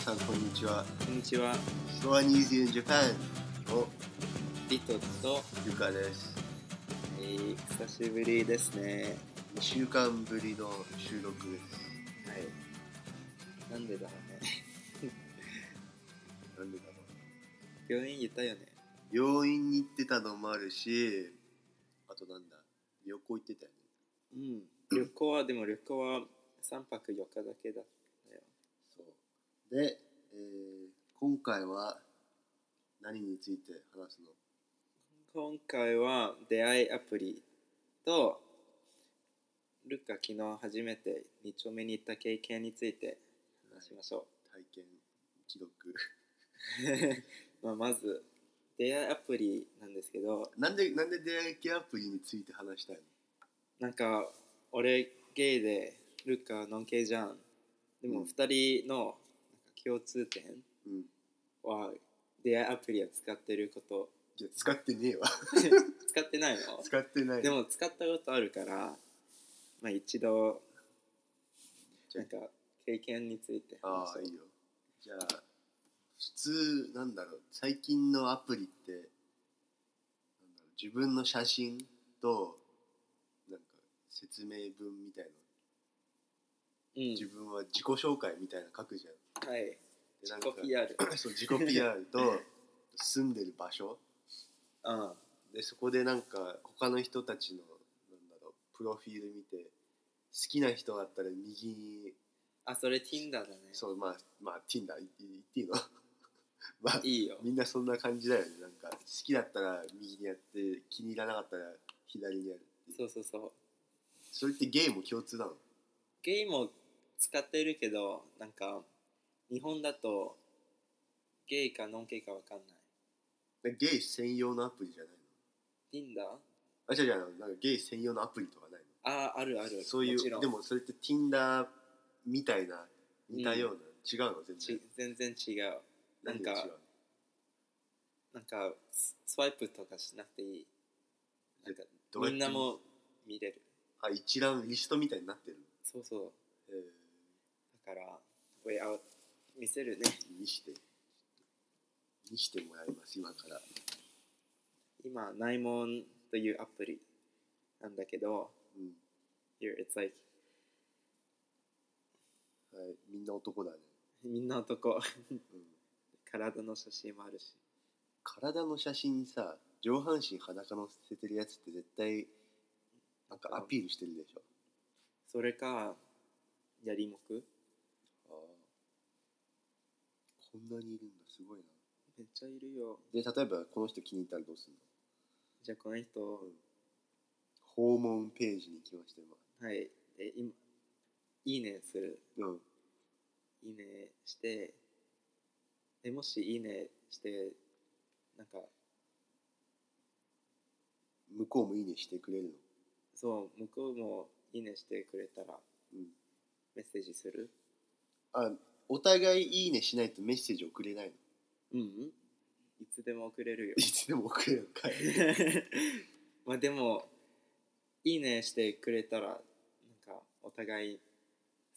さんこんにちはこんにちは、 So I News in Japan のリトと、ゆかですえー久しぶりですね。 2週間ぶりの収録ではい。なんでだろうね。 すなんでだろ病院行ったよね。う病院に行ってたのもあるしあとなんだ旅行行ってたよねうん。旅行は、でも旅行は3泊4日だけだったよ。そうで、えー今回は何について話すの今回は出会いアプリと、ルカ昨日初めて2丁目に行った経験について話しましょ体験記録う。 まあまず、出会いアプリなんですけど、なんでなんで出会い系アプリについて話したいのなんか俺ゲイでルカノン系じゃんでうもん2人のなんか共通点うんは出会いアプリを使ってること じゃあ使ってねえわ使ってないの使ってないでも使ったことあるからまあ一度じゃなあんか経験についてあ話そあういいよじゃあ普通なんだろう最近のアプリってなんだろう自分の写真となんか説明文みたいな自う分は自己紹介みたいなの書くじゃんんはいでなん自か己 PR そう自己 PR と住んでる場所うんでそこでなんか他の人たちのなんだろうプロフィール見て好きな人だったら右にあそれ Tinder だねそうまあまあ Tinder い言っていいの まあいいよみんなそんな感じだよねなんか好きだったら右にやって気に入らなかったら左にやるっていうそうそうそうそれってゲイも共通なのゲイも使ってるけどなんか日本だとゲイかノンゲイかわかんないでゲイ専用のアプリじゃないの Tinder? あ違う違うなんかゲイ専用のアプリとかないあああるあのるそういもちろうんでもそれって Tinder みたいな似たような、違うの全然ち全然違う何が違うなんかなんかススワイプとかしなくていいなんかどうやってみんなも見れるあ一覧リストみたいになってるそうそうえーだからこれあ見せるね見して見してもらいます今から今ナイモンというアプリなんだけどうん here it's like はいみんな男だね、みんな男うん、体の写真もあるし体の写真にさ上半身裸のせてるやつって絶対なんかアピールしてるでしょそれかやりもくあこんなにいるんだすごいなめっちゃいるよで例えばこの人気に入ったらどうするのじゃあこの人訪問ページに行きましたはいえ今いいねする今うんいいねしてえもしいいねしてなんか向こうもいいねしてくれるのそう向こうもいいねしてくれたらうんメッセージするあお互いいいねしないとメッセージ送れないの うん、いつでも送れるよ いつでも送れるのかいまあでもいいねしてくれたらなんかお互い好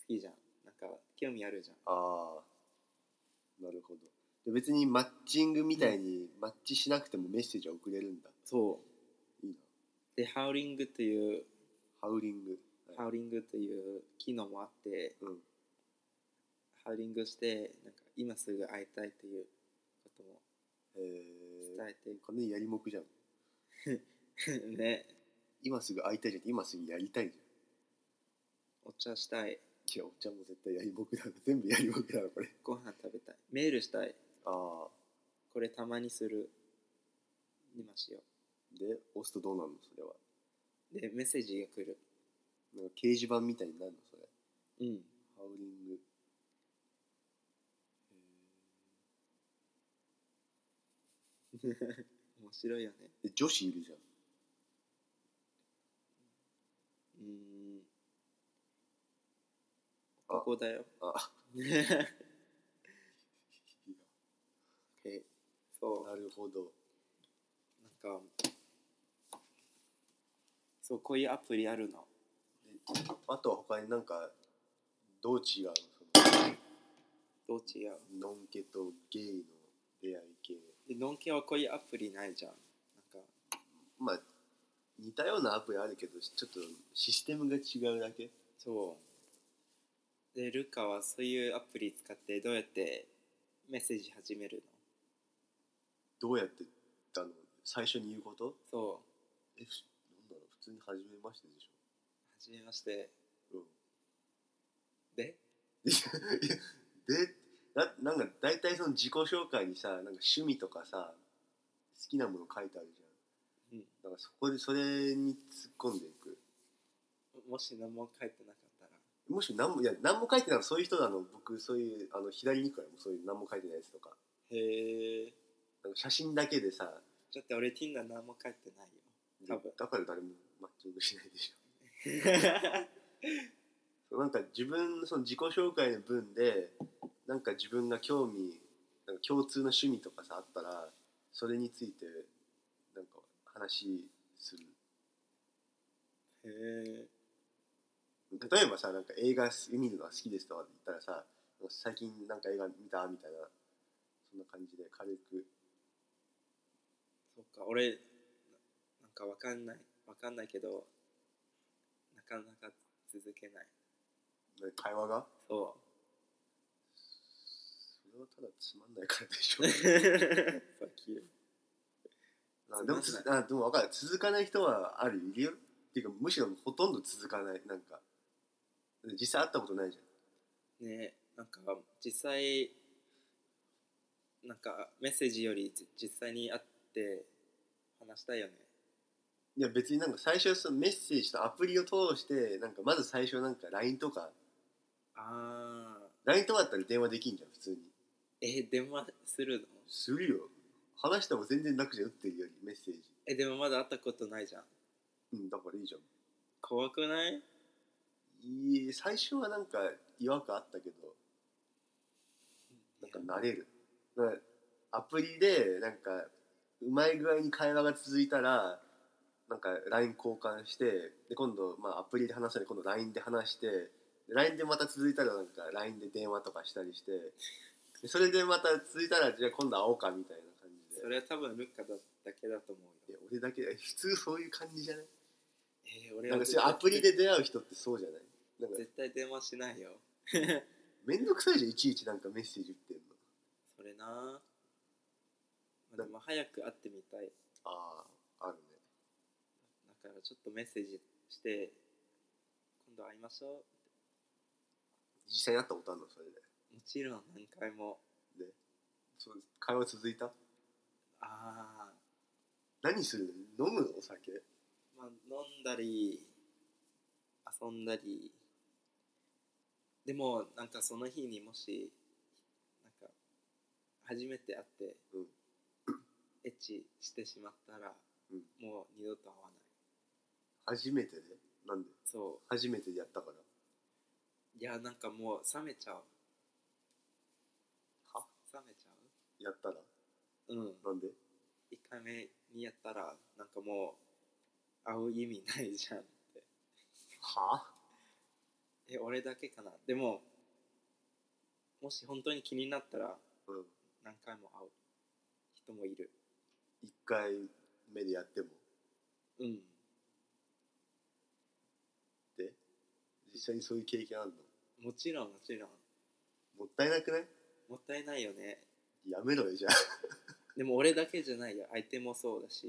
きじゃんなんか興味あるじゃんああなるほどで別にマッチングみたいにマッチしなくてもメッセージは送れるんだ、そういいなでハウリングというハウリング、ハウリングという機能もあってうんハウリングしてなんか今すぐ会いたいということもえー、伝えてい完全にやりもくじゃんくね今すぐ会いたいじゃん今すぐやりたいお茶したいじゃんいやお茶も絶対やりもくだな 全部やりもくだなこれご飯食べたいメールしたいああこれたまにする今しよで押すとどうなるのそれはうでメッセージが来るなんか掲示板みたいになるのそれうんハウリング面白いよねで女子いるじゃんうーんあここだよあ えそうなるほどなんかそうこういうアプリあるのあとは他になんかどう違うのそのどう違うノンケとゲイの出会い系でノンケはこういうアプリないじゃんなんかまあ似たようなアプリあるけどちょっとシステムが違うだけそうでルカはそういうアプリ使ってどうやってメッセージ始めるのどうやってたの最初に言うことそうえふなんだろう普通に始めましてでし初めましてょうんでで でななんか大体その自己紹介にさなんか趣味とかさ好きなもの書いてあるじゃん、うんだからそこでそれに突っ込んでいくもし何も書いてなかったらもし何もいや何も書いてないのそういう人なの僕そういうあの左に行くからもうそういう何も書いてないやつとかへえなんか写真だけでさだって俺 Tinder 何も書いてないよ多分だから誰もマッチングしないでしょうそうなんか自分のその自己紹介の分でなんか自分が興味なんか共通の趣味とかさあったらそれについてなんか話するんへえ例えばさなんか映画見るのが好きですとか言ったらさ最近なんか映画見たみたいなそんな感じで軽くそっか俺ななんかわかんないわかんないけどなかなか続けないね会話がそそれはただつまんないからでし うょさっきあでもつあでも分かる続かない人はあるいるよっていうかむしろほとんど続かないなんか実際会ったことないじゃんねなんか実際なんかメッセージよりじ実際に会って話したいよねいや別になんか最初そのメッセージとアプリを通してなんかまず最初なんか LINE とかああ LINE とかだったら電話できんじゃん普通にえ電話するのするよ話しても全然楽じゃん打ってるよりメッセージえでもまだ会ったことないじゃんうんだからいいじゃん怖くないいい最初はなんか違和感あったけどなんか慣れるだからアプリでなんかうまい具合に会話が続いたらなんか LINE 交換してで今度まあアプリで話したり今度 LINE で話してで LINE でまた続いたらなんか LINE で電話とかしたりしてでそれでまた続いたらじゃあ今度会おうかみたいな感じそでれは多分ルッカだだけだと思ういよや俺だけえ普通そういう感じじゃないえー、俺なはんかそういうアプリで出会う人ってそうじゃないなんか絶対電話しないよめんどくさいじゃんいちいちなんかメッセージ打ってんのそれなまあでも早く会ってみたいあああるねだからちょっとメッセージして今度会いましょう実際に会ったことあるのそれでもちろん何回もそう会話続いたああ何するの飲むのお酒まあ飲んだり遊んだりでもなんかその日にもしなんか初めて会って、うんエッチしてしまったら、うんもう二度と会わない初めてでなんでそ初めてでやったからういやなんかもう冷めちゃうは冷めちゃやったらううんなんで1回目にやったらなんかもう会う意味ないじゃんってはえ俺だけかなでももし本当に気になったらうん何回も会う人もいる1回目でやってもうん実際にそういう経験あるのもちろんもちろんもったいなくないもったいないよねやめろよじゃあでも俺だけじゃないよ相手もそうだし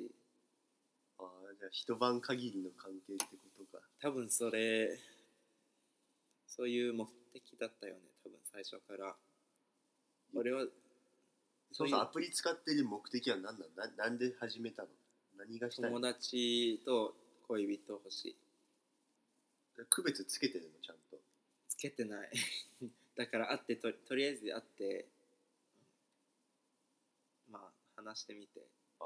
あーじゃあ一晩限りの関係ってことか多分それそういう目的だったよね多分最初から俺はそそううそいううアプリ使ってる目的は何なのななんで始めたの何がしたいの友達と恋人欲しい区別つけてるのちゃんとつけてない だから会ってとりとりあえず会ってまあ話してみてあ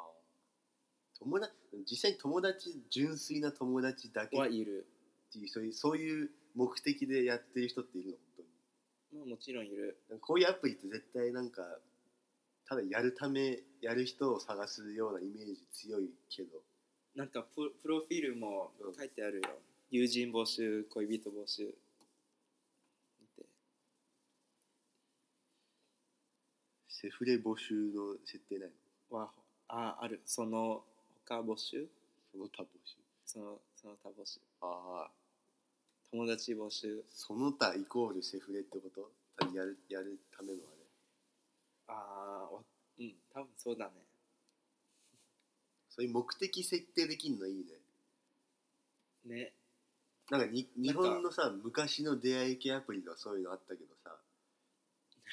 友達実際に友達純粋な友達だけっはいる、ていうそういうそういう目的でやってる人っているの本当にまあ、もちろんいるなんかこういうアプリって絶対なんかただやるためやる人を探すようなイメージ強いけどなんかププロフィールも書いてあるよ、友人募集恋人募集見てセフレ募集の設定ないのはああるその他募集その他募集そのその他募集ああ友達募集その他イコールセフレってことたやるやるためのあれああわうん多分そうだねそういう目的設定できんのいいねね なんかに日なんか本のさ昔の出会い系アプリではそういうのあったけどさ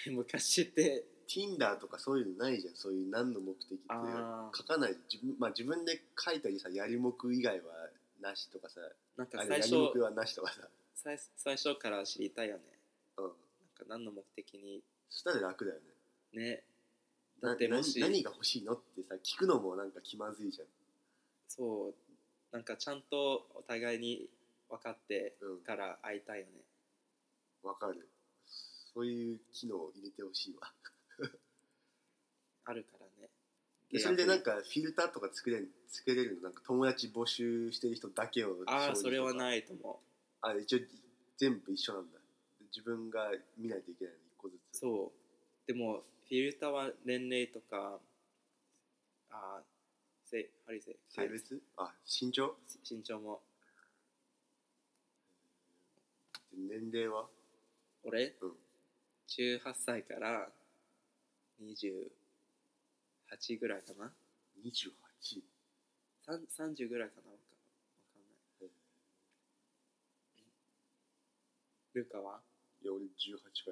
昔って Tinder とかそういうのないじゃんそういう何の目的っていうああ書かない自分,、まあ、自分で書いたりさやりもく以外はなしとかさなんかあれ最や初りもくはなしとかさ、最最初から知りたいよねうん、なんか何の目的にそしたら楽だよねねなだってもし何何が欲しいのってさ聞くのもなんか気まずいじゃん、そうなんかちゃんとお互いに分かってうん、から会いたいよねわかるそういう機能を入れてほしいわあるからねでそれでなんかフィルターとか作れん作れるのなんか友達募集してる人だけをああそれはいないと思うあ一応全部一緒なんだ自分が見ないといけないの一個ずつそうでもフィルターは年齢とかああせハリセ性別、あ身長身長も年齢は俺、うん18歳から28ぐらいかな28さん30ぐらいかなわかわかんない、ルカはいや俺18か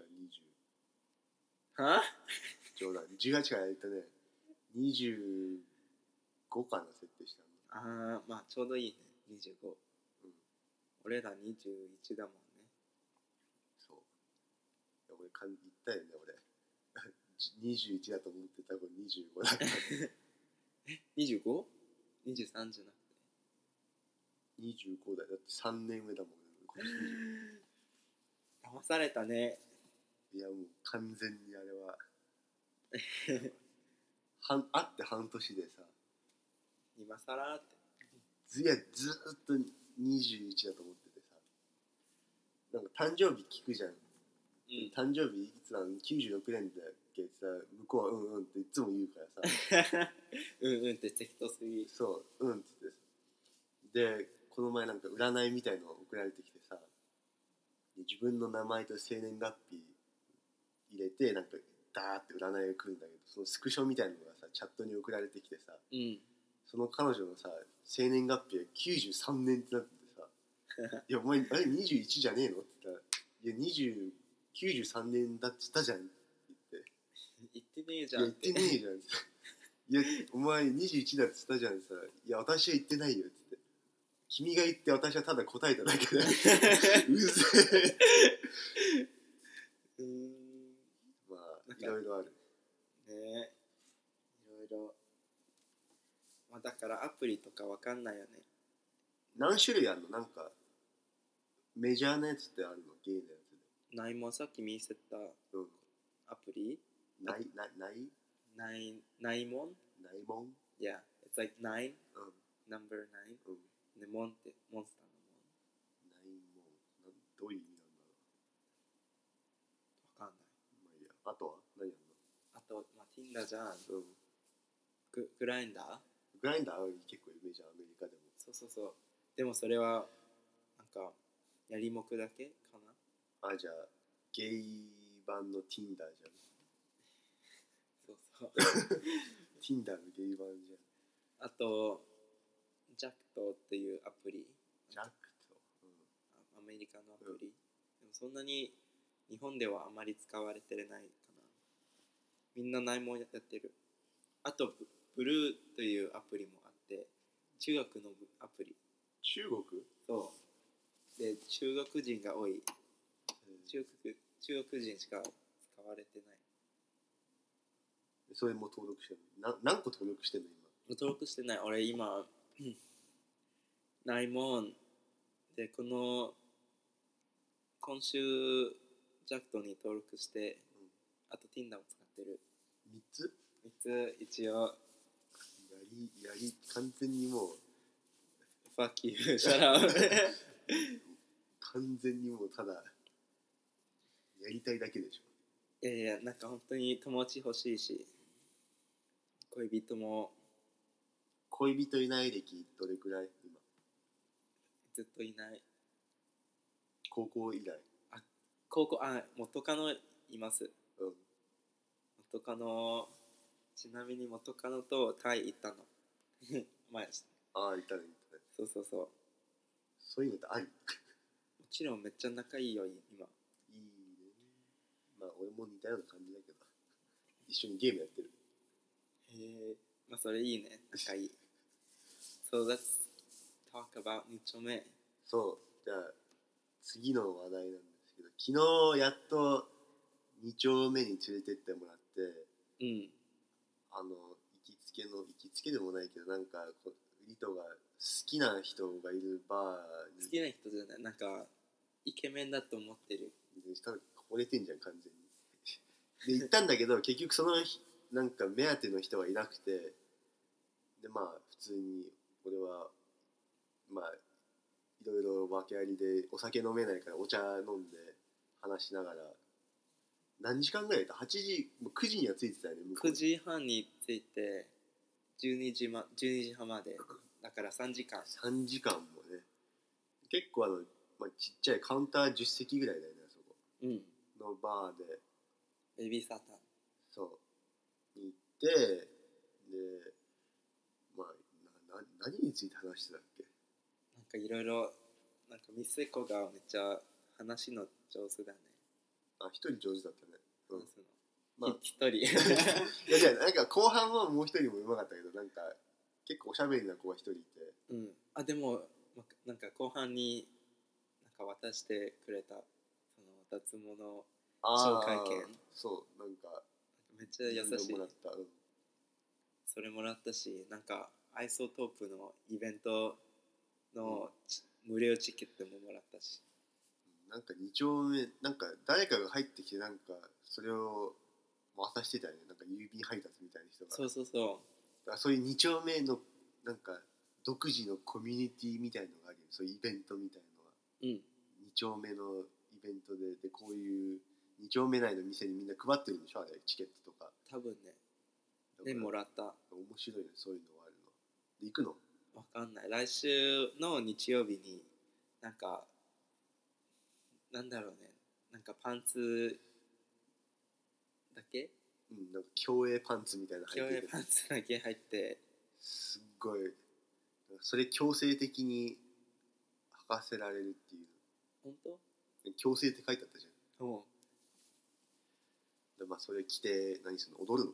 らは20冗談18からやったね25かな設定したのああまあちょうどいいね25、うん俺ら21だもんねそういや俺かん言ったよね俺 21だと思ってたこれ25だった 25?23 じゃなくて25だよだって3年上だもんね今年25騙されたねいやもう完全にあれは 半会って半年でさ今更ってずいやずーっと21だと思っててさなんか誕生日聞くじゃん、うん誕生日いつなの96年だっけってさ向こうは「うんうん」っていつも言うから さうんうんって適当すぎそう「うん」っつってさでこの前なんか占いみたいの送られてきてさで自分の名前と生年月日入れてなんかダーって占いが来るんだけどそのスクショみたいのがさチャットに送られてきてさうんその彼女のさ生年月日が93年ってなっててさ「いやお前あれ21じゃねえの?」って言ったら「いや2093年だっつったじゃん」って言って言ってね「えじいゃんや言ってねえじゃん」って「いやお前21だっつったじゃん」ってさ「いや私は言ってないよ」って言って「君が言って私はただ答えただけだよ」うぜえ うーんまあなんかいろいろあるねえいろいろまあだからアプリとかわかんないよね何種類あるのなんかメジャーなやつってあるのゲイのやつでないもんさっき見せたうんアプリないなないないないもんないもん Yeah, it's like nine, うん number nine. うんで、モンって、モンスターのないもんなんどういう意味なんだろモン。わかんなうい。まあいいやあとは何やんあと、まあ、Tinder じゃん。のうんググラインダーグラインダーは結構有名じゃんアメリカでもそうそうそう。でもそれは、なんか、やりもくだけかなあじゃあゲイ版の Tinder じゃんそうそう。 Tinder のゲイ版じゃんあと、ジャクトっていうアプリ。ジャックと、あアメリカのアプリ。でもそんなに、日本ではあまり使われてないかな。みんな内もんやってる。あと、ブブルーというアプリもあって、中学のブアプリ。中国そう。で、中国人が多い。中中国中国人しか使われてない。それも登録してるな何個登録してんの今登録してない。俺今、ないもん。で、この、今週、ジャクトに登録して、うんあと Tinder も使ってる。 3つ3つ、一応、やりやり完全にもう Fuck you, shut up. 完全にもうただやりたいだけでしょいやいやなんか本当に友達欲しいし恋人も恋人いない歴どれくらい今ずっといない高校以来高校あ元カノいますうん元カノちなみに元カノとタイ行ったの 前ああいたねいたねそうそうそうもそういうのって ありちろんめっちゃ仲いいよ今いいねまあ俺も似たような感じだけど一緒にゲームやってるへえまあそれいいね仲いい So let's talk about 2丁目そうじゃあ次の話題なんですけど昨日やっと2丁目に連れてってもらってうんあの行きつけの行きつけでもないけどなんかこうリトが好きな人がいるバー好にきな人じゃないなんかイケメンだと思ってる下これてんじゃん完全にで行ったんだけど結局その日なんか目当ての人はいなくてでまあ普通に俺はまあいろいろ訳ありでお酒飲めないからお茶飲んで話しながら何時間ぐらいだった8時もう9時には着いてたよね向こう9に時半に着いて12時,、ま、12時半までだから3時間3時間もね結構あの、まあ、ちっちゃいカウンター10席ぐらいだよねあそこうんのバーでベビーサーターそうに行ってでまあなな何について話してたっけなんかいろいろなんかミスエコがめっちゃ話の上手だねあ一人上手だったねうん話すのまあひ一人いやじゃなんか後半はもう一人もうまかったけどなんか結構おしゃべりな子が一人いてうんあでもまなんか後半になんか渡してくれたその脱毛のあー紹介券そうなんかめっちゃ優しいもらった、うん、それもらったしなんかアイソトープのイベントのち無料チケットももらったしなんか2丁目なんか誰かが入ってきてなんかそれを渡してたよねなんか郵便配達みたいな人がそうそうそだからそういう2丁目のなんか独自のコミュニティみたいのがあるよそういうイベントみたいのはううん2丁目のイベントででこういう2丁目内の店にみんな配ってるんでしょあれチケットとか多分ねだからでもらった面白いねそういうのがあるので行くのわかんない来週の日曜日になんかなんだろうねなんかパンツだけうんなんか競泳パンツみたいなの競履い泳てパてンツだけ入ってすっごいそれ強制的に履かせられるっていう本当強制って書いてあったじゃんもでまあそれ着て何するの踊る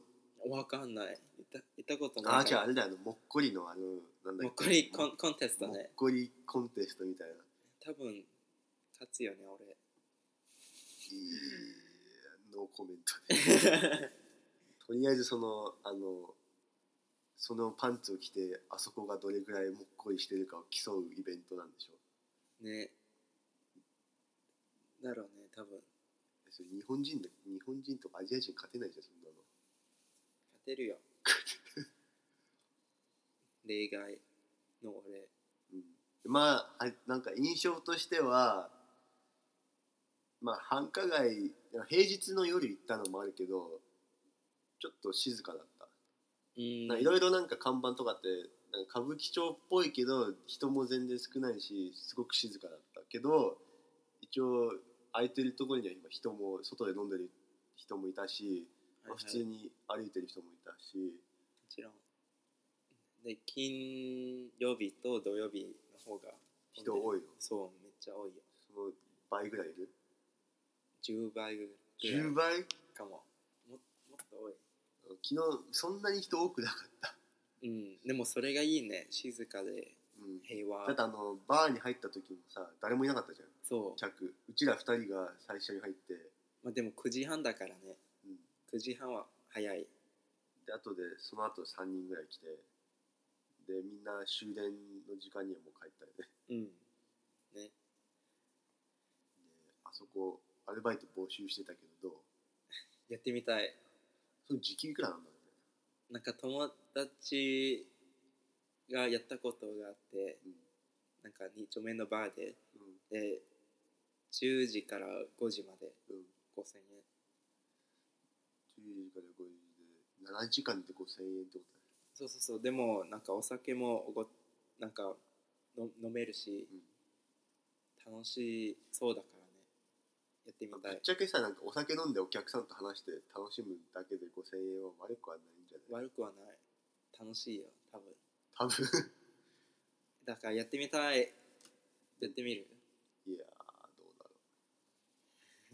うわかんないいたいたことのなあいあじゃああれだよあのもっこりのあのなんだもっっこけりコンコンテストもっねこりコンテストみたいな多分勝つよね俺いいノーコメントでとりあえずそのあのそのパンツを着てあそこがどれぐらいもっこりしてるかを競うイベントなんでしょ ねだろうね多分そ勝れ日本人だ日本人とかアジア人勝てないじゃんそんなの てるよ例外の俺うん、まあはなんか印象としてはまあ繁華街平日の夜行ったのもあるけどちょっと静かだったうんいろいろなんか看板とかってなんか歌舞伎町っぽいけど人も全然少ないしすごく静かだったけど一応空いてるところには今人も外で飲んでる人もいたし、まあ普通もに歩いてる人もいたしちろんで金曜日と土曜日の方が人多いのそうめっちゃ多いよその倍ぐらいいる10倍ぐら10い倍かもももっと多い昨日そんなに人多くなかった、うんでもそれがいいね静かでうん、だ平和ってあのバーに入った時もさ誰もいなかったじゃんそう、客うちら2人が最初に入って、まあ、でも9時半だからねうん、 9時半は早いで後でその後3人ぐらい来てでみんな終電の時間にはもう帰ったよねうんであそこアルバイト募集してたけどどうやってみたいその時給いくらなんだろうねなんか友達がやったことがあってうんなんか2丁目のバーでで10時から5時までうんうん5000時円から5時で7時間で5000円ってことだねそうそうそうでもなんかお酒もおごなんかの飲めるし、楽しそうだからねやってみまあたぶっいちゃけさなんかお酒飲んでお客さんと話して楽しむだけで5000円は悪くはないんじゃない悪くはない楽しいよ多分多分だからやってみたいやってみるいやーどうだろう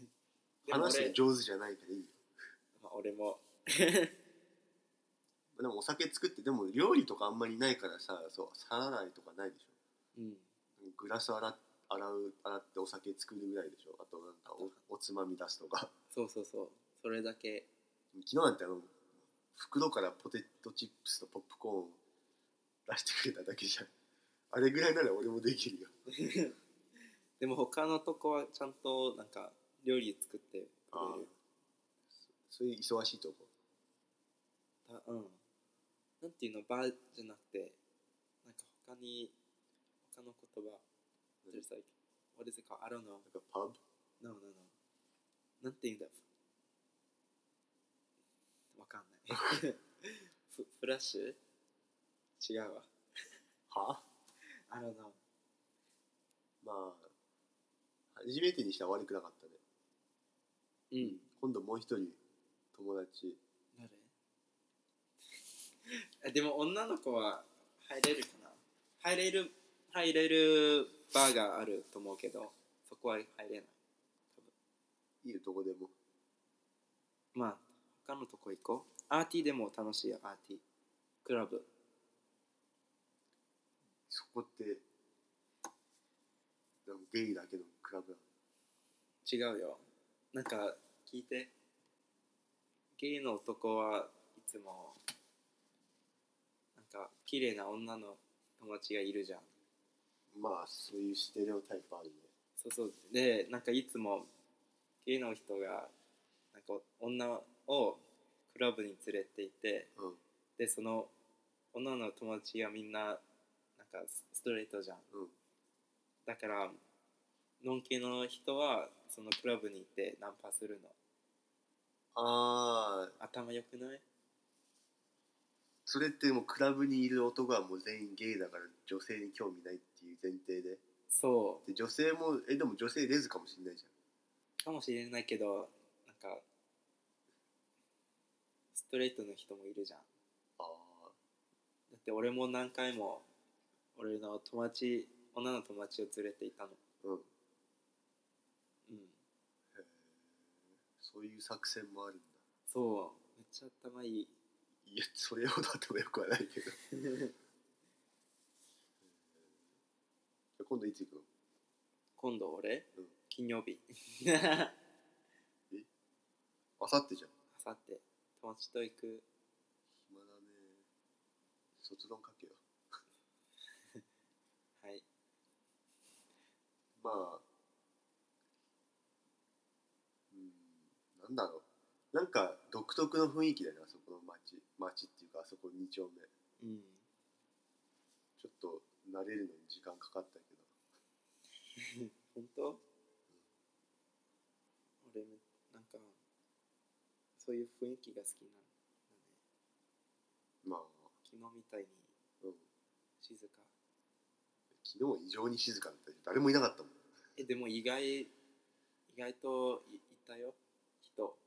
でも話俺が上手じゃないからいいよまあ、俺もでもお酒作ってでも料理とかあんまりないからさそう皿洗いとかないでしょうんグラス洗っ洗う洗ってお酒作るぐらいでしょあとなんかおおつまみ出すとかそうそうそうそれだけ 昨日なんてあの袋からポテトチップスとポップコーン出してくれただけじゃんあれぐらいなら俺もできるよでも他のとこはちゃんとなんか料理作ってくれるそそういう忙しいとこたうんなんていうのバーじゃなくてなんか他に他の言葉うん there's like what is it called I don't know なんかパブ no no no なんていうんだわかんない フフラッシュ違うわは I don't know まあ初めてにしては悪くなかったねうん今度もう一人友達誰 あでも女の子は入れるかな入れる入れるバーがあると思うけどそこは入れないいいよどこでもまあ他のとこ行こうアーティーでも楽しいよアーティークラブそこってでもゲイだけどクラブなの違うよなんか聞いてゲイの男はいつもなんか綺麗な女の友達がいるじゃんまあそういうステレオタイプあるねそうそうでなんかいつもゲイの人がなんか女をクラブに連れて行ってうんでその女の友達がみんななんかスストレートじゃんうんだからノン系の人はそのクラブに行ってナンパするのああ頭良くないそれってもうクラブにいる男はもう全員ゲイだから女性に興味ないっていう前提でそで女性もえでも女性レズかもしれないじうかもしれないけどなんかストレートの人もいるじゃんゃんあだって俺も何回も俺の友達女の友達を連れていたのあうんへうんえそういう作戦もあるんだそうめっちゃ頭いいいやそれほど頭よくはないけど今度いつ行くの今度俺、うん金曜 日あさってじゃんあさって友達と行く暇だね卒論書けよはいまあうんなんだろうなんか独特の雰囲気だよねあそこの町町っていうかあそこ2丁目うんちょっと慣れるのに時間かかったけど本当俺もなんかそういう雰囲気が好きなんだねまあ、昨日みたいにうん、静か昨日は異常に静かだったし誰もいなかったもんえでも意外意外といいたよ人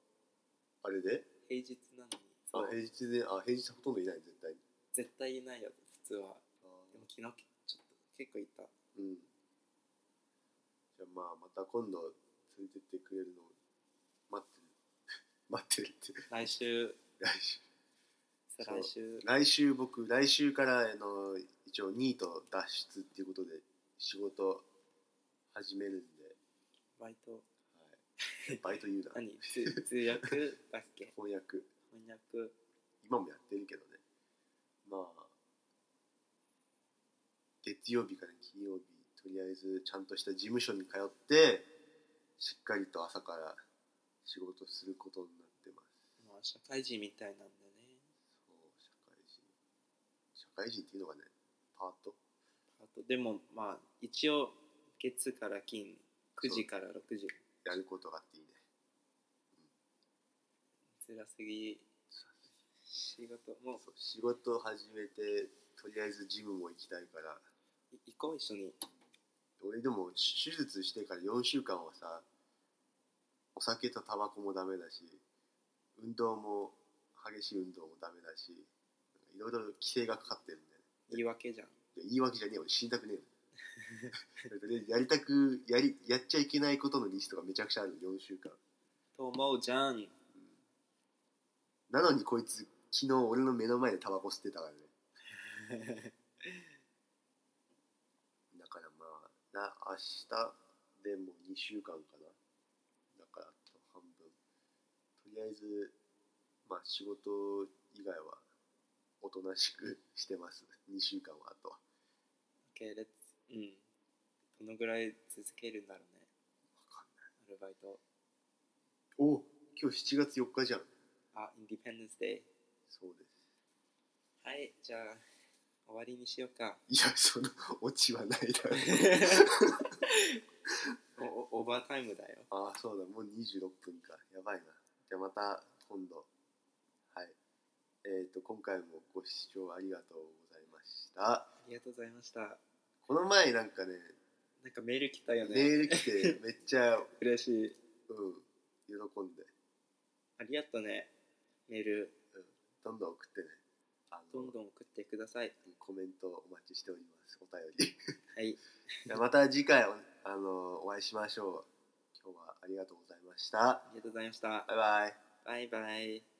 あれで平日なのにあそう平日であ平日ほとんどいない絶対に絶対いないよ普通はあでも昨日ちょっと結構いたうんじゃあまあまた今度連れてってくれるのを待ってる 待ってるって 来週来週再そう来週来週僕来週からあの一応ニート脱出っていうことで仕事始めるんで、バイトはい、バイト言うな何通通訳だっけ翻訳翻訳今もやってるけどねまあ月曜日から金曜日とりあえずちゃんとした事務所に通ってしっかりと朝から仕事することになってますまあ社会人みたいなんだねそう社会人社会人っていうのがねパートあとでもまあ一応月から金9時から6時やることがあっていいね辛すぎ仕事もうそう仕事を始めてとりあえずジムも行きたいからい行こう一緒に俺でも手手術してから4週間はさお酒とタバコもダメだし運動も激しい運動もダメだしいろいろ規制がかかってるんだよね言い訳じゃんいや言い訳じゃねえよ俺死にたくねえのでやりたくやりやっちゃいけないことのリストがめちゃくちゃあるの4週間と思うじゃんなのにこいつ昨日俺の目の前でタバコ吸ってたからね だからまあな明日でも2週間かなだからあと半分とりあえずまあ仕事以外はおとなしくしてます2週間はあとは OK レッツうんどのぐらい続けるんだろうね分かんないアルバイトお今日7月4日じゃんあインディペンデンスデイそうですはいじゃあ終わりにしようかいやそのオチはないだろおおオーバータイムだよああそうだもう26分かやばいなじゃあまた今度はいえっ、と今回もご視聴ありがとうございましたありがとうございましたなこの前なんかねんかメール来たよねメール来てめっちゃうん嬉しい喜んでありがとうねメールどんどん送ってねあどのんどん送ってくださいコメントお待ちしておりますお便り はいじゃあまた次回おあのお会いしましょう今日はありがとうございましたありがとうございましたバイバイバイバイ